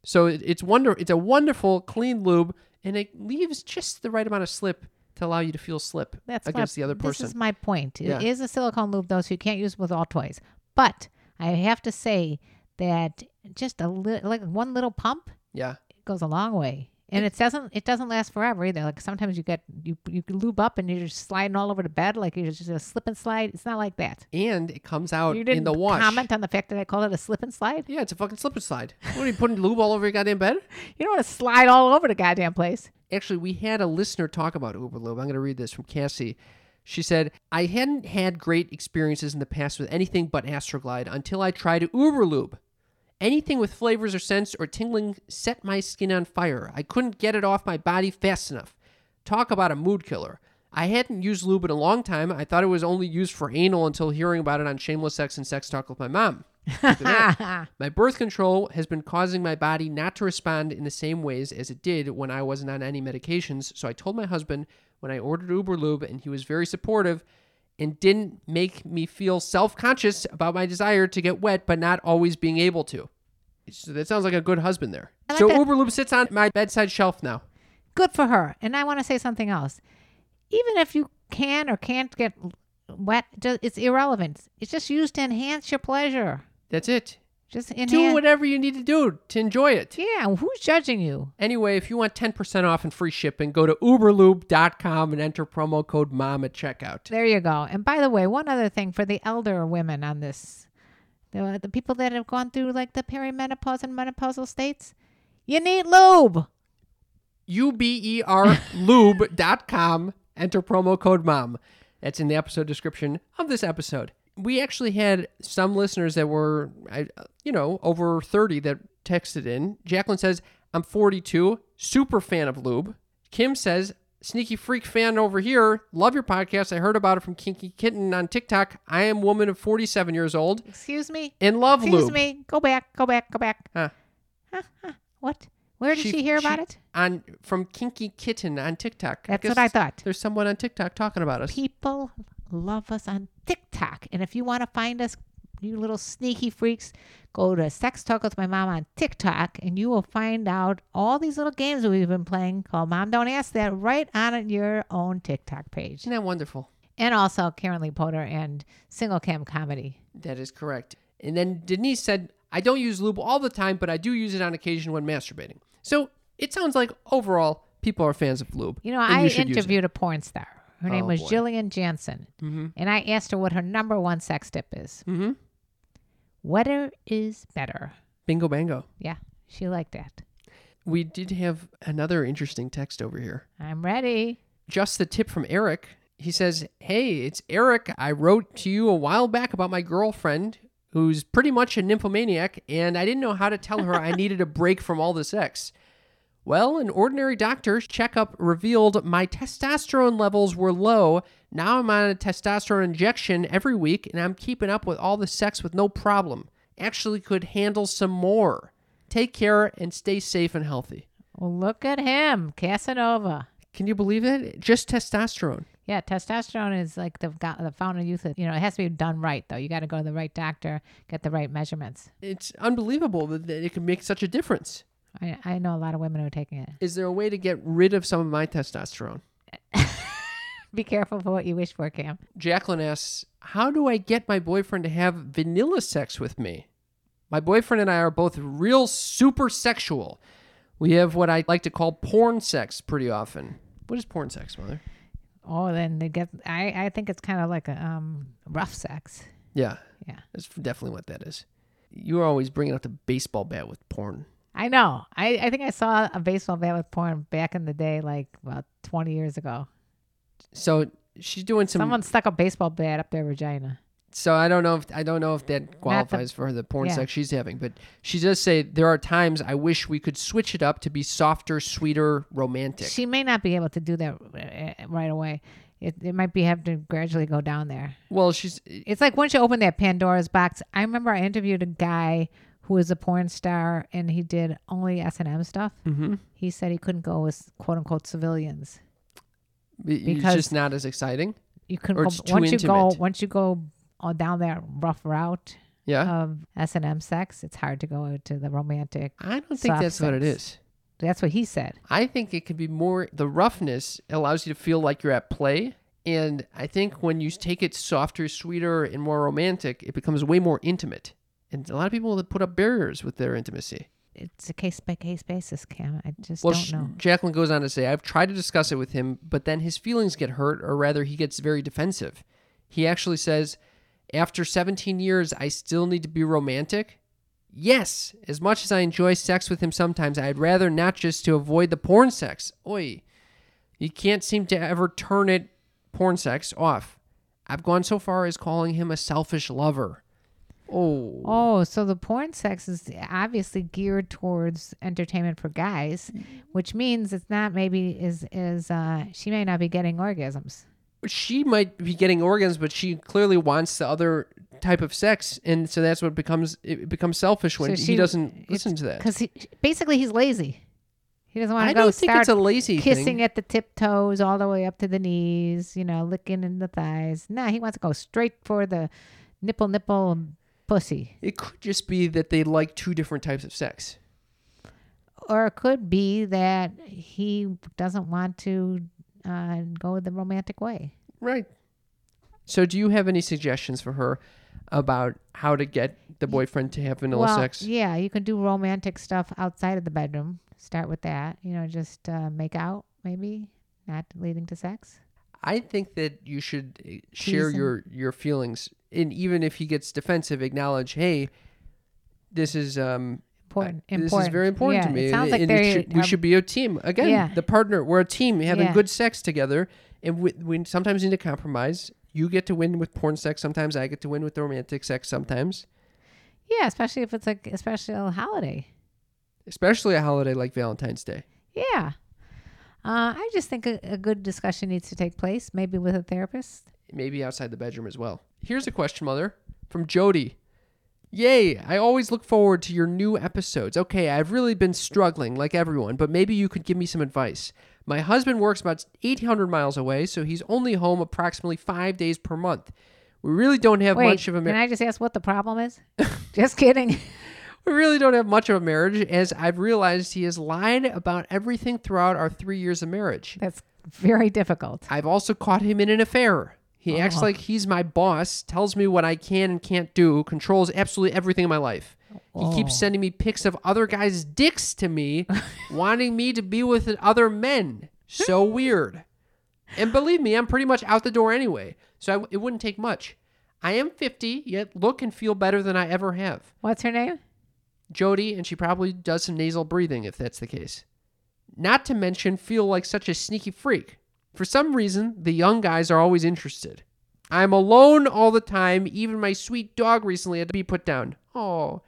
So it, it's wonder it's a wonderful clean lube and it leaves just the right amount of slip to allow you to feel slip
That's my-
against the other person.
This is my point. It
Yeah.
is a silicone lube, though, so you can't use it with all toys. But I have to say that just a li- like one little pump
yeah.
goes a long way, and it doesn't it doesn't last forever either. Like sometimes you get you you lube up and you're just sliding all over the bed like you're just a slip and slide. It's not like that.
And it comes out
You didn't
in the wash.
comment on the fact that I called it a slip and slide.
Yeah, it's a fucking slip and slide. What are you putting lube all over your goddamn bed?
You don't want to slide all over the goddamn place.
Actually, we had a listener talk about Uber lube. I'm going to read this from Cassie. She said, I hadn't had great experiences in the past with anything but Astroglide until I tried Uber lube. Anything with flavors or scents or tingling set my skin on fire. I couldn't get it off my body fast enough. Talk about a mood killer. I hadn't used lube in a long time. I thought it was only used for anal until hearing about it on Shameless Sex and Sex Talk with my mom. Look at that. My birth control has been causing my body not to respond in the same ways as it did when I wasn't on any medications, so I told my husband when I ordered Uber Lube, and he was very supportive and didn't make me feel self conscious about my desire to get wet, but not always being able to. So that sounds like a good husband there.
I like
so
that.
Uber Lube sits on my bedside shelf now.
Good for her. And I want to say something else. Even if you can or can't get wet, ju- it's irrelevant. It's just used to enhance your pleasure.
That's it.
Just
Do
enhance.
whatever you need to do to enjoy it.
yeah, who's judging you?
Anyway, if you want 10% off and free shipping, go to uberlube.com and enter promo code MOM at checkout.
There you go. And by the way, one other thing for the elder women on this, the, the people that have gone through like the perimenopause and menopausal states, you need lube.
U-B-E-R lube.com, enter promo code MOM. That's in the episode description of this episode. We actually had some listeners that were, I, you know, over 30 that texted in. Jacqueline says, I'm 42, super fan of lube. Kim says, sneaky freak fan over here. Love your podcast. I heard about it from Kinky Kitten on TikTok. I am woman of 47 years old
Excuse me.
and love
Excuse
lube.
me. Go back. Go back. Go back.
Huh.
Huh, huh. What? Where did she,
She-
hear about
she-
it?
on from Kinky Kitten on TikTok.
That's what I thought.
There's someone on TikTok talking about us.
People love us on TikTok. And if you want to find us, you little sneaky freaks, go to Sex Talk with My Mom on TikTok and you will find out all these little games that we've been playing called Mom Don't Ask That right on your own TikTok page.
Isn't that wonderful?
And also Karen Lee Potter and Single Cam Comedy.
That is correct. And then Denise said, I don't use lube all the time, but I do use it on occasion when masturbating. So it sounds like overall people are fans of lube.
You know,
and
I
should use it.
interviewed a porn star. Her name
Oh,
was
boy.
Jillian Jansen.
Mm-hmm.
And I asked her what her number one sex tip is.
Mhm.
Wetter is better.
Bingo bango.
Yeah, she liked that.
We did have another interesting text over here.
I'm ready.
just the tip from Eric. He says, Hey, it's Eric. I wrote to you a while back about my girlfriend who's pretty much a nymphomaniac, and I didn't know how to tell her I needed a break from all the sex. Well, an ordinary doctor's checkup revealed my testosterone levels were low. Now I'm on a testosterone injection every week, and I'm keeping up with all the sex with no problem. Actually, could handle some more. Take care and stay safe and healthy.
Well, look at him, Casanova.
Can you believe it? Just testosterone.
Yeah, testosterone is like the go- the fountain of youth. You know, it has to be done right though. You got to go to the right doctor, get the right measurements.
it's unbelievable that, that it can make such a difference.
I I know a lot of women who are taking it.
Is there a way to get rid of some of my testosterone?
Be careful for what you wish for, Cam.
Jacqueline asks, How do I get my boyfriend to have vanilla sex with me? My boyfriend and I are both real super sexual. We have what I like to call porn sex pretty often. What is porn sex, mother?
Oh, then they get. I I think it's kind of like a um rough sex.
Yeah,
Yeah,
that's definitely what that is. You're always bringing up the baseball bat with porn.
I know. I I think I saw a baseball bat with porn back in the day, like about twenty years ago.
So she's doing some.
Someone stuck a baseball bat up their vagina.
So I don't know if I don't know if that qualifies for the porn
yeah.
sex she's having, but she does say there are times I wish we could switch it up to be softer, sweeter, romantic.
She may not be able to do that uh, right away. It it might be have to gradually go down there.
well, she's
It's like once you open that Pandora's box. I remember I interviewed a guy who was a porn star and he did only S and M stuff. Mm-hmm. He said he couldn't go with quote unquote civilians.
it's
Because-
just not as exciting.
You couldn't
Or
go,
it's too
once you go
intimate.
once you go on down that rough route
Yeah,
of S and M sex. It's hard to go to the romantic.
I don't think
soft
that's what it
sex.
is.
That's what he said.
I think it could be more the roughness allows you to feel like you're at play. And I think when you take it softer, sweeter, and more romantic, it becomes way more intimate. And a lot of people that put up barriers with their intimacy.
It's a case by case basis, Cam. I just
Well,
don't
sh-
know.
Jacqueline goes on to say, I've tried to discuss it with him, but then his feelings get hurt, or rather, he gets very defensive. He actually says, After 17 years, I still need to be romantic. Yes, as much as I enjoy sex with him sometimes, I'd rather not just to avoid the porn sex. Oi, you can't seem to ever turn it porn sex off. I've gone so far as calling him a selfish lover. Oh.
Oh, so the porn sex is obviously geared towards entertainment for guys, which means it's not maybe is is uh she may not be getting orgasms.
She might be getting organs, but she clearly wants the other type of sex, and so that's what becomes it becomes selfish when
So
he
she-
doesn't listen to that.
Because he, basically he's lazy. He doesn't want
I
to go
don't think
start
it's a lazy
kissing
thing.
at the tiptoes all the way up to the knees, you know, licking in the thighs. Nah, he wants to go straight for the nipple nipple pussy.
It could just be that they like two different types of sex.
Or it could be that he doesn't want to uh, go the romantic way.
Right. So, do you have any suggestions for her about how to get the boyfriend to have vanilla
well,
sex?
Yeah, you can do romantic stuff outside of the bedroom. Start with that. You know, just uh, make out, maybe, not leading to sex.
I think that you should uh, share
Tease him.
your your feelings, and even if he gets defensive, acknowledge, "Hey, this is um."
Important.
I-
important.
This is very important
yeah,
to me.
It sounds like
and
um, they
it should, we
are-
should be a team again.
Yeah.
The partner, we're a team having
Yeah.
good sex together, and we, we sometimes need to compromise. You get to win with porn sex sometimes. I get to win with romantic sex sometimes,
Yeah, especially if it's like a special holiday.
especially a holiday like Valentine's Day.
Yeah. Uh, I just think a, a good discussion needs to take place, maybe with a therapist.
maybe outside the bedroom as well. Here's a question, Mother, from Jody. Yay, I always look forward to your new episodes. Okay, I've really been struggling, like everyone, but maybe you could give me some advice. My husband works about 800 miles away, so he's only home approximately five days per month. We really don't have
Wait,
much of a
can
marriage.
I just ask what the problem is? just kidding.
we really don't have much of a marriage, as I've realized he has lied about everything throughout our three years of marriage.
That's very difficult.
I've also caught him in an affair. He acts like he's my boss, tells me what I can and can't do, controls absolutely everything in my life. He keeps sending me pics of other guys' dicks to me, wanting me to be with other men. So weird. And believe me, I'm pretty much out the door anyway, so I, it wouldn't take much. I am 50, yet look and feel better than I ever have.
What's her name?
Jody, and she probably does some nasal breathing if that's the case. Not to mention, feel like such a sneaky freak. For some reason, the young guys are always interested. I'm alone all the time. Even my sweet dog recently had to be put down. Oh.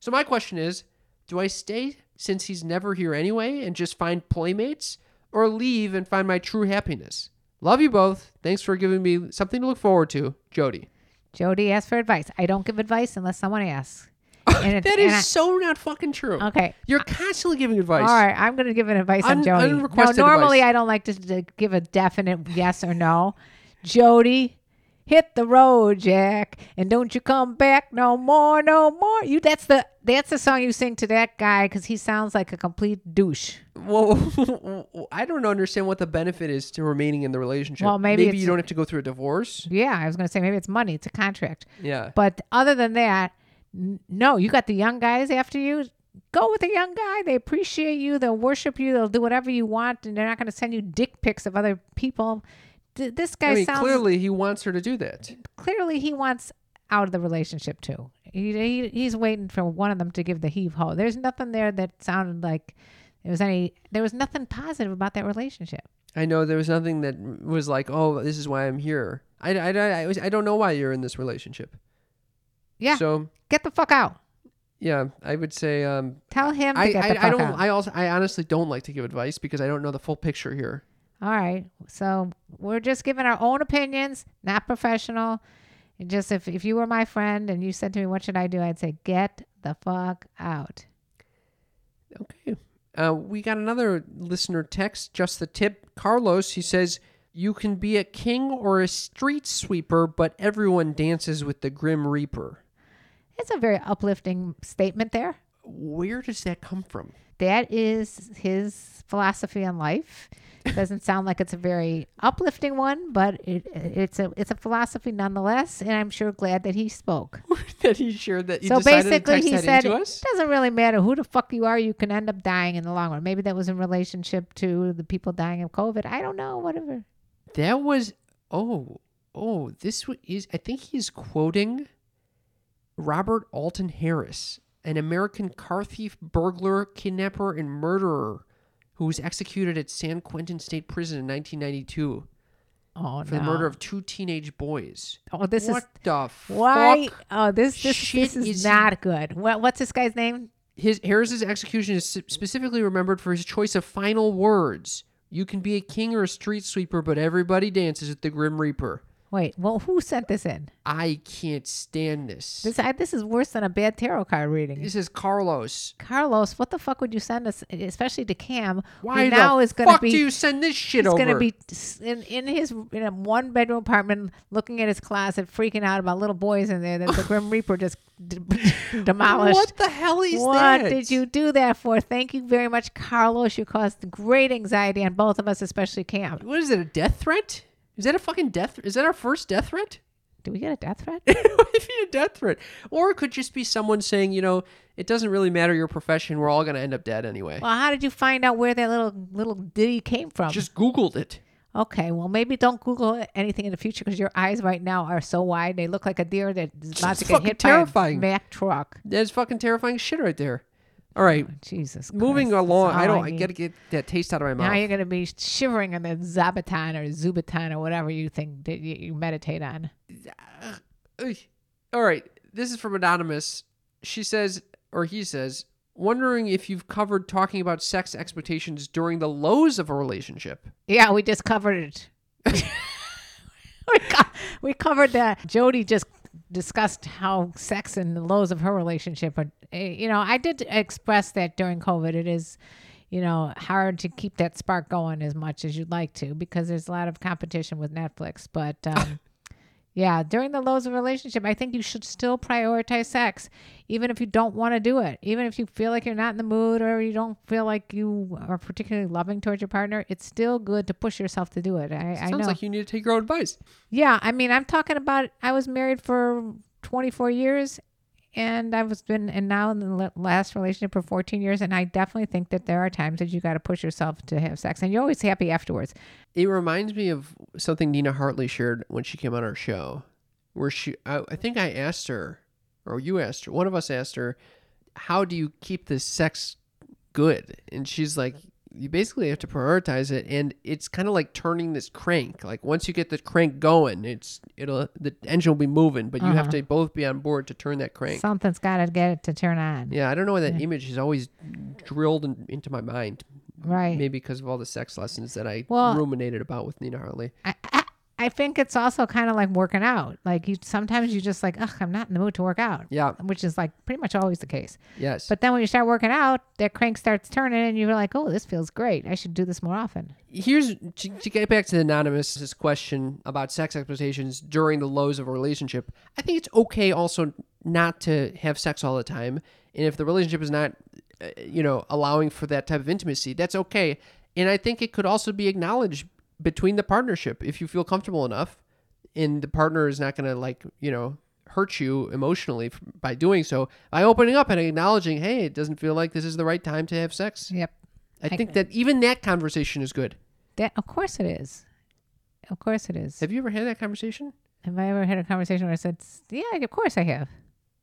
So, my question is do I stay since he's never here anyway and just find playmates, or leave and find my true happiness? Love you both. Thanks for giving me something to look forward to, Jody.
Jody asked for advice. I don't give advice unless someone asks. And it's-
That
and
is
I-
so not fucking true.
okay.
You're constantly giving advice.
All right, I'm going to give an advice
Un-
on Jody. Now,
unrequested
normally
advice.
I don't like to, to give a definite yes or no. Jody, hit the road, Jack, and don't you come back no more, no more. You that's the that's the song you sing to that guy because he sounds like a complete douche.
Well, I don't understand what the benefit is to remaining in the relationship.
Well, maybe
you
it's-
don't have to go through a divorce.
Yeah, I was going to say maybe it's money, it's a contract,
Yeah.
but other than that, n- no. You got the young guys after you. Go with the young guy. They appreciate you. They'll worship you. They'll do whatever you want, and they're not going to send you dick pics of other people. D- This guy
I mean,
sounds
clearly he wants her to do that.
clearly he wants out of the relationship too. He, he he's waiting for one of them to give the heave ho. There's nothing there that sounded like there was any. There was nothing positive about that relationship.
I know there was nothing that was like, oh, this is why I'm here. I, I, I, I was- I don't know why you're in this relationship.
Yeah,
So,
get the fuck out.
yeah, I would say um,
Tell him to
I,
get the
I,
fuck
I don't.
out.
I also I honestly don't like to give advice because I don't know the full picture here.
All right, so we're just giving our own opinions, not professional. And just if if you were my friend and you said to me, "What should I do?" I'd say, "Get the fuck out."
Okay. Uh, we got another listener text, just the tip. Carlos, he says, You can be a king or a street sweeper, but everyone dances with the Grim Reaper.
It's a very uplifting statement there.
Where does that come from?
that is his philosophy on life. Doesn't sound like it's a very uplifting one, but it, it's a it's a philosophy nonetheless, and I'm sure glad that he spoke.
that he shared that you
so
decided to
basically,
text
he
that
said
into
it
us?
doesn't really matter who the fuck you are, you can end up dying in the long run. Maybe that was in relationship to the people dying of COVID. I don't know, whatever.
That was, oh, oh, this wa- is, I think he's quoting Robert Alton Harris, an American car thief, burglar, kidnapper, and murderer who was executed at San Quentin State Prison in 1992.
Oh
for
no.
the murder of two teenage boys.
Oh, this is
what the
why.
fuck?
Oh, this this,
Shit
this is,
is-
not good. What what's this guy's name?
His Harris's execution is specifically remembered for his choice of final words. You can be a king or a street sweeper, but everybody dances with the Grim Reaper.
Wait, well, who sent this in?
I can't stand this. This,
This I, this is worse than a bad tarot card reading.
is Carlos.
Carlos, what the fuck would you send us, especially to Cam? who
Why the
now is gonna
fuck
be,
do you send this shit
He's
over?
going to be s- in, in his in a one bedroom apartment, looking at his closet, freaking out about little boys in there that the Grim Reaper just d- demolished.
what the hell is
What
that?
did you do that for? Thank you very much, Carlos. You caused great anxiety on both of us, especially Cam.
What is it? A death threat? Is that a fucking death? Is that our first death threat?
Do we get a death threat?
if you a death threat, or it could just be someone saying, you know, it doesn't really matter your profession. We're all gonna end up dead anyway.
well, um, how did you find out where that little little ditty came from?
Just Googled it.
okay, well maybe don't Google anything in the future because your eyes right now are so wide they look like a deer that's about to get
fucking
hit
terrifying.
by a Mack truck.
That's fucking terrifying shit right there. All right,
Jesus.
moving
Christ, that's
along.
all
I don't. I,
need.
gotta get that taste out of my mouth.
Now you're going to be shivering in the Zabaton or Zubatan or whatever you think that you, you meditate on.
Ugh. All right, this is from anonymous. She says, or he says, wondering if you've covered talking about sex expectations during the lows of a relationship.
Yeah, we just covered it. we, co- we covered that. Jody just discussed how sex and the lows of her relationship. But, you know, I did express that during COVID. It is, you know, hard to keep that spark going as much as you'd like to because there's a lot of competition with Netflix. But, um, Yeah, during the lows of a relationship, I think you should still prioritize sex, even if you don't want to do it. Even if you feel like you're not in the mood or you don't feel like you are particularly loving towards your partner, it's still good to push yourself to do it. I, I
Sounds
know.
like you need to take your own advice.
yeah, I mean, I'm talking about I was married for 24 years and I was been and now in the la- last relationship for 14 years and I definitely think that there are times that you got to push yourself to have sex and you're always happy afterwards.
It reminds me of something Nina Hartley shared when she came on our show, where she, I, I think I asked her, or you asked her, one of us asked her, how do you keep this sex good? And she's like, you basically have to prioritize it, and it's kind of like turning this crank. Like once you get the crank going, it's it'll the engine will be moving, but you have
Uh-huh.
to both be on board to turn that crank.
Something's got to get it to turn on.
yeah, I don't know why that image is always drilled in, into my mind.
Right.
Maybe because of all the sex lessons that I
Well-
ruminated about with Nina Hartley.
I, I, I think it's also kind of like working out. Like you sometimes you just like, ugh, I'm not in the mood to work out.
Yeah.
Which is like pretty much always the case.
Yes.
But then when you start working out, that crank starts turning and you're like, oh, this feels great. I should do this more often.
here's to, to get back to the anonymous's question about sex expectations during the lows of a relationship i think it's okay also not to have sex all the time and if the relationship is not uh, you know allowing for that type of intimacy that's okay and i think it could also be acknowledged between the partnership if you feel comfortable enough and the partner is not going to like you know hurt you emotionally f- by doing so by opening up and acknowledging hey it doesn't feel like this is the right time to have sex
Yep.
i think that even that conversation is good
That of course it is. Of course it is.
Have you ever had that conversation?
Have I ever had a conversation where I said, yeah, of course I have.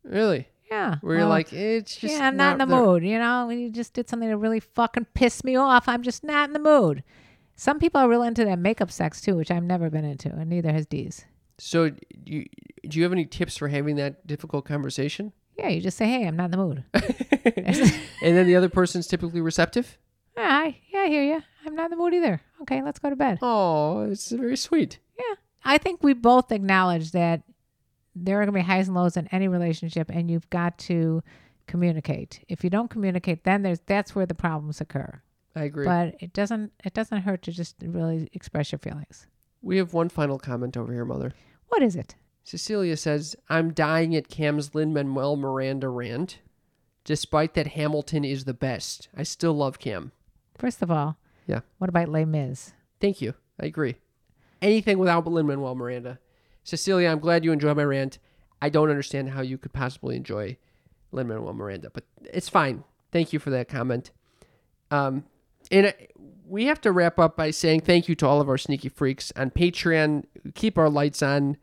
Really?
Yeah.
Where you're
well,
like, it's just
yeah, I'm not, in the mood. You know, when you just did something that really fucking pissed me off, I'm just not in the mood. Some people are real into that makeup sex too, which I've never been into, and neither has Dee's.
So, do you, do you have any tips for having that difficult conversation?
Yeah, you just say, "Hey, I'm not in the mood."
and then the other person's typically receptive.
yeah, I, yeah, I hear you. I'm not in the mood either. Okay, let's go to bed.
Oh, it's very sweet.
Yeah, I think we both acknowledge that there are going to be highs and lows in any relationship, and you've got to communicate. If you don't communicate, then there's that's where the problems occur.
I agree.
But it doesn't it doesn't hurt to just really express your feelings.
we have one final comment over here, Mother.
What is it?
Cecilia says, I'm dying at Cam's Lin Manuel Miranda rant. Despite that Hamilton is the best, I still love Cam.
First of all,
Yeah.
What about Les Mis?
Thank you. I agree. Anything without Lin Manuel Miranda. Cecilia, I'm glad you enjoy my rant. I don't understand how you could possibly enjoy Lin Manuel Miranda, but it's fine. Thank you for that comment. Um, and I, we have to wrap up by saying thank you to all of our sneaky freaks on Patreon. Keep our lights on.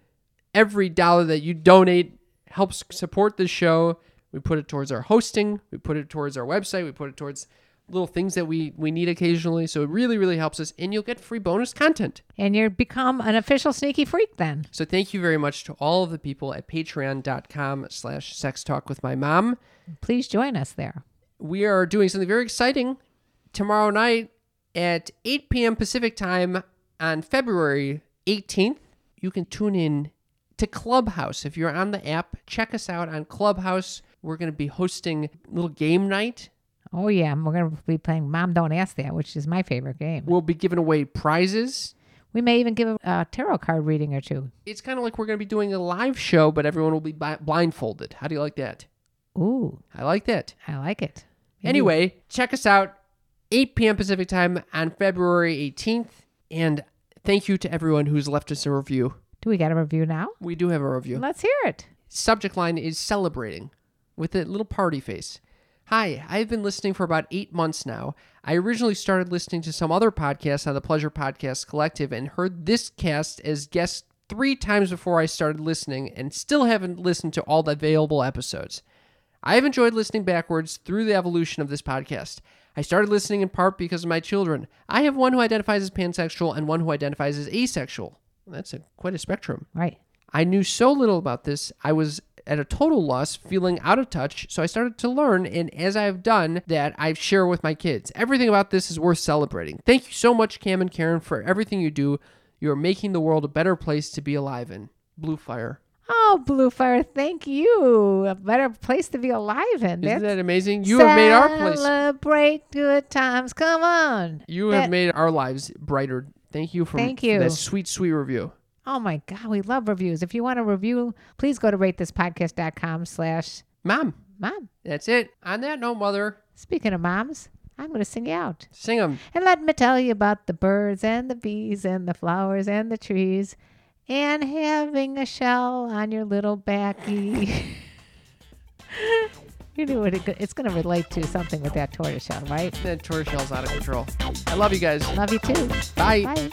Every dollar that you donate helps support this show. We put it towards our hosting. We put it towards our website. We put it towards little things that we we need occasionally. So it really really helps us, and you'll get free bonus content.
And you become an official sneaky freak then.
So thank you very much to all of the people at patreon.com slash sex talk with my mom.
Please join us there.
We are doing something very exciting tomorrow night at 8 p.m. Pacific time on February 18th. You can tune in to Clubhouse. If you're on the app, check us out on Clubhouse. We're going to be hosting a little game night.
Oh yeah, we're gonna be playing Mom Don't Ask That, which is my favorite game.
We'll be giving away prizes.
We may even give a, a tarot card reading or two.
It's kind of like we're going to be doing a live show, but everyone will be bi- blindfolded. How do you like that?
Ooh,
I like that.
I like it.
Anyway, check us out 8 p.m. Pacific time on February 18th. And thank you to everyone who's left us a review.
Do we got a review now?
We do have a review.
Let's hear it.
Subject line is celebrating with a little party face. Hi, I've been listening for about eight months now. I originally started listening to some other podcasts on the Pleasure Podcast Collective and heard this cast as guest three times before I started listening and still haven't listened to all the available episodes. I have enjoyed listening backwards through the evolution of this podcast. I started listening in part because of my children. I have one who identifies as pansexual and one who identifies as asexual. That's a, quite a spectrum.
Right.
I knew so little about this, I was at a total loss, feeling out of touch, so I started to learn, and as I have done that, I share with my kids. Everything about this is worth celebrating. Thank you so much, Cam and Karen, for everything you do. You are making the world a better place to be alive in. Blue Fire.
Oh, Blue Fire, thank you. A better place to be alive in.
Isn't
That's-
that amazing? You have made our place.
Celebrate good times. Come on.
You have
That-
made our lives brighter. Thank you for,
Thank
for
you.
that sweet, sweet review.
Oh my God, we love reviews. If you want a review, please go to ratethispodcast.com slash
Mom,
mom.
that's it. On that note, mother,
Speaking of moms, I'm going to sing you out.
sing them.
And let me tell you about the birds and the bees and the flowers and the trees and having a shell on your little backy. you know what it, it's going to relate to something with that tortoise shell, right?
That tortoise shell's out of control. I love you guys.
Love you too.
Bye.
Bye.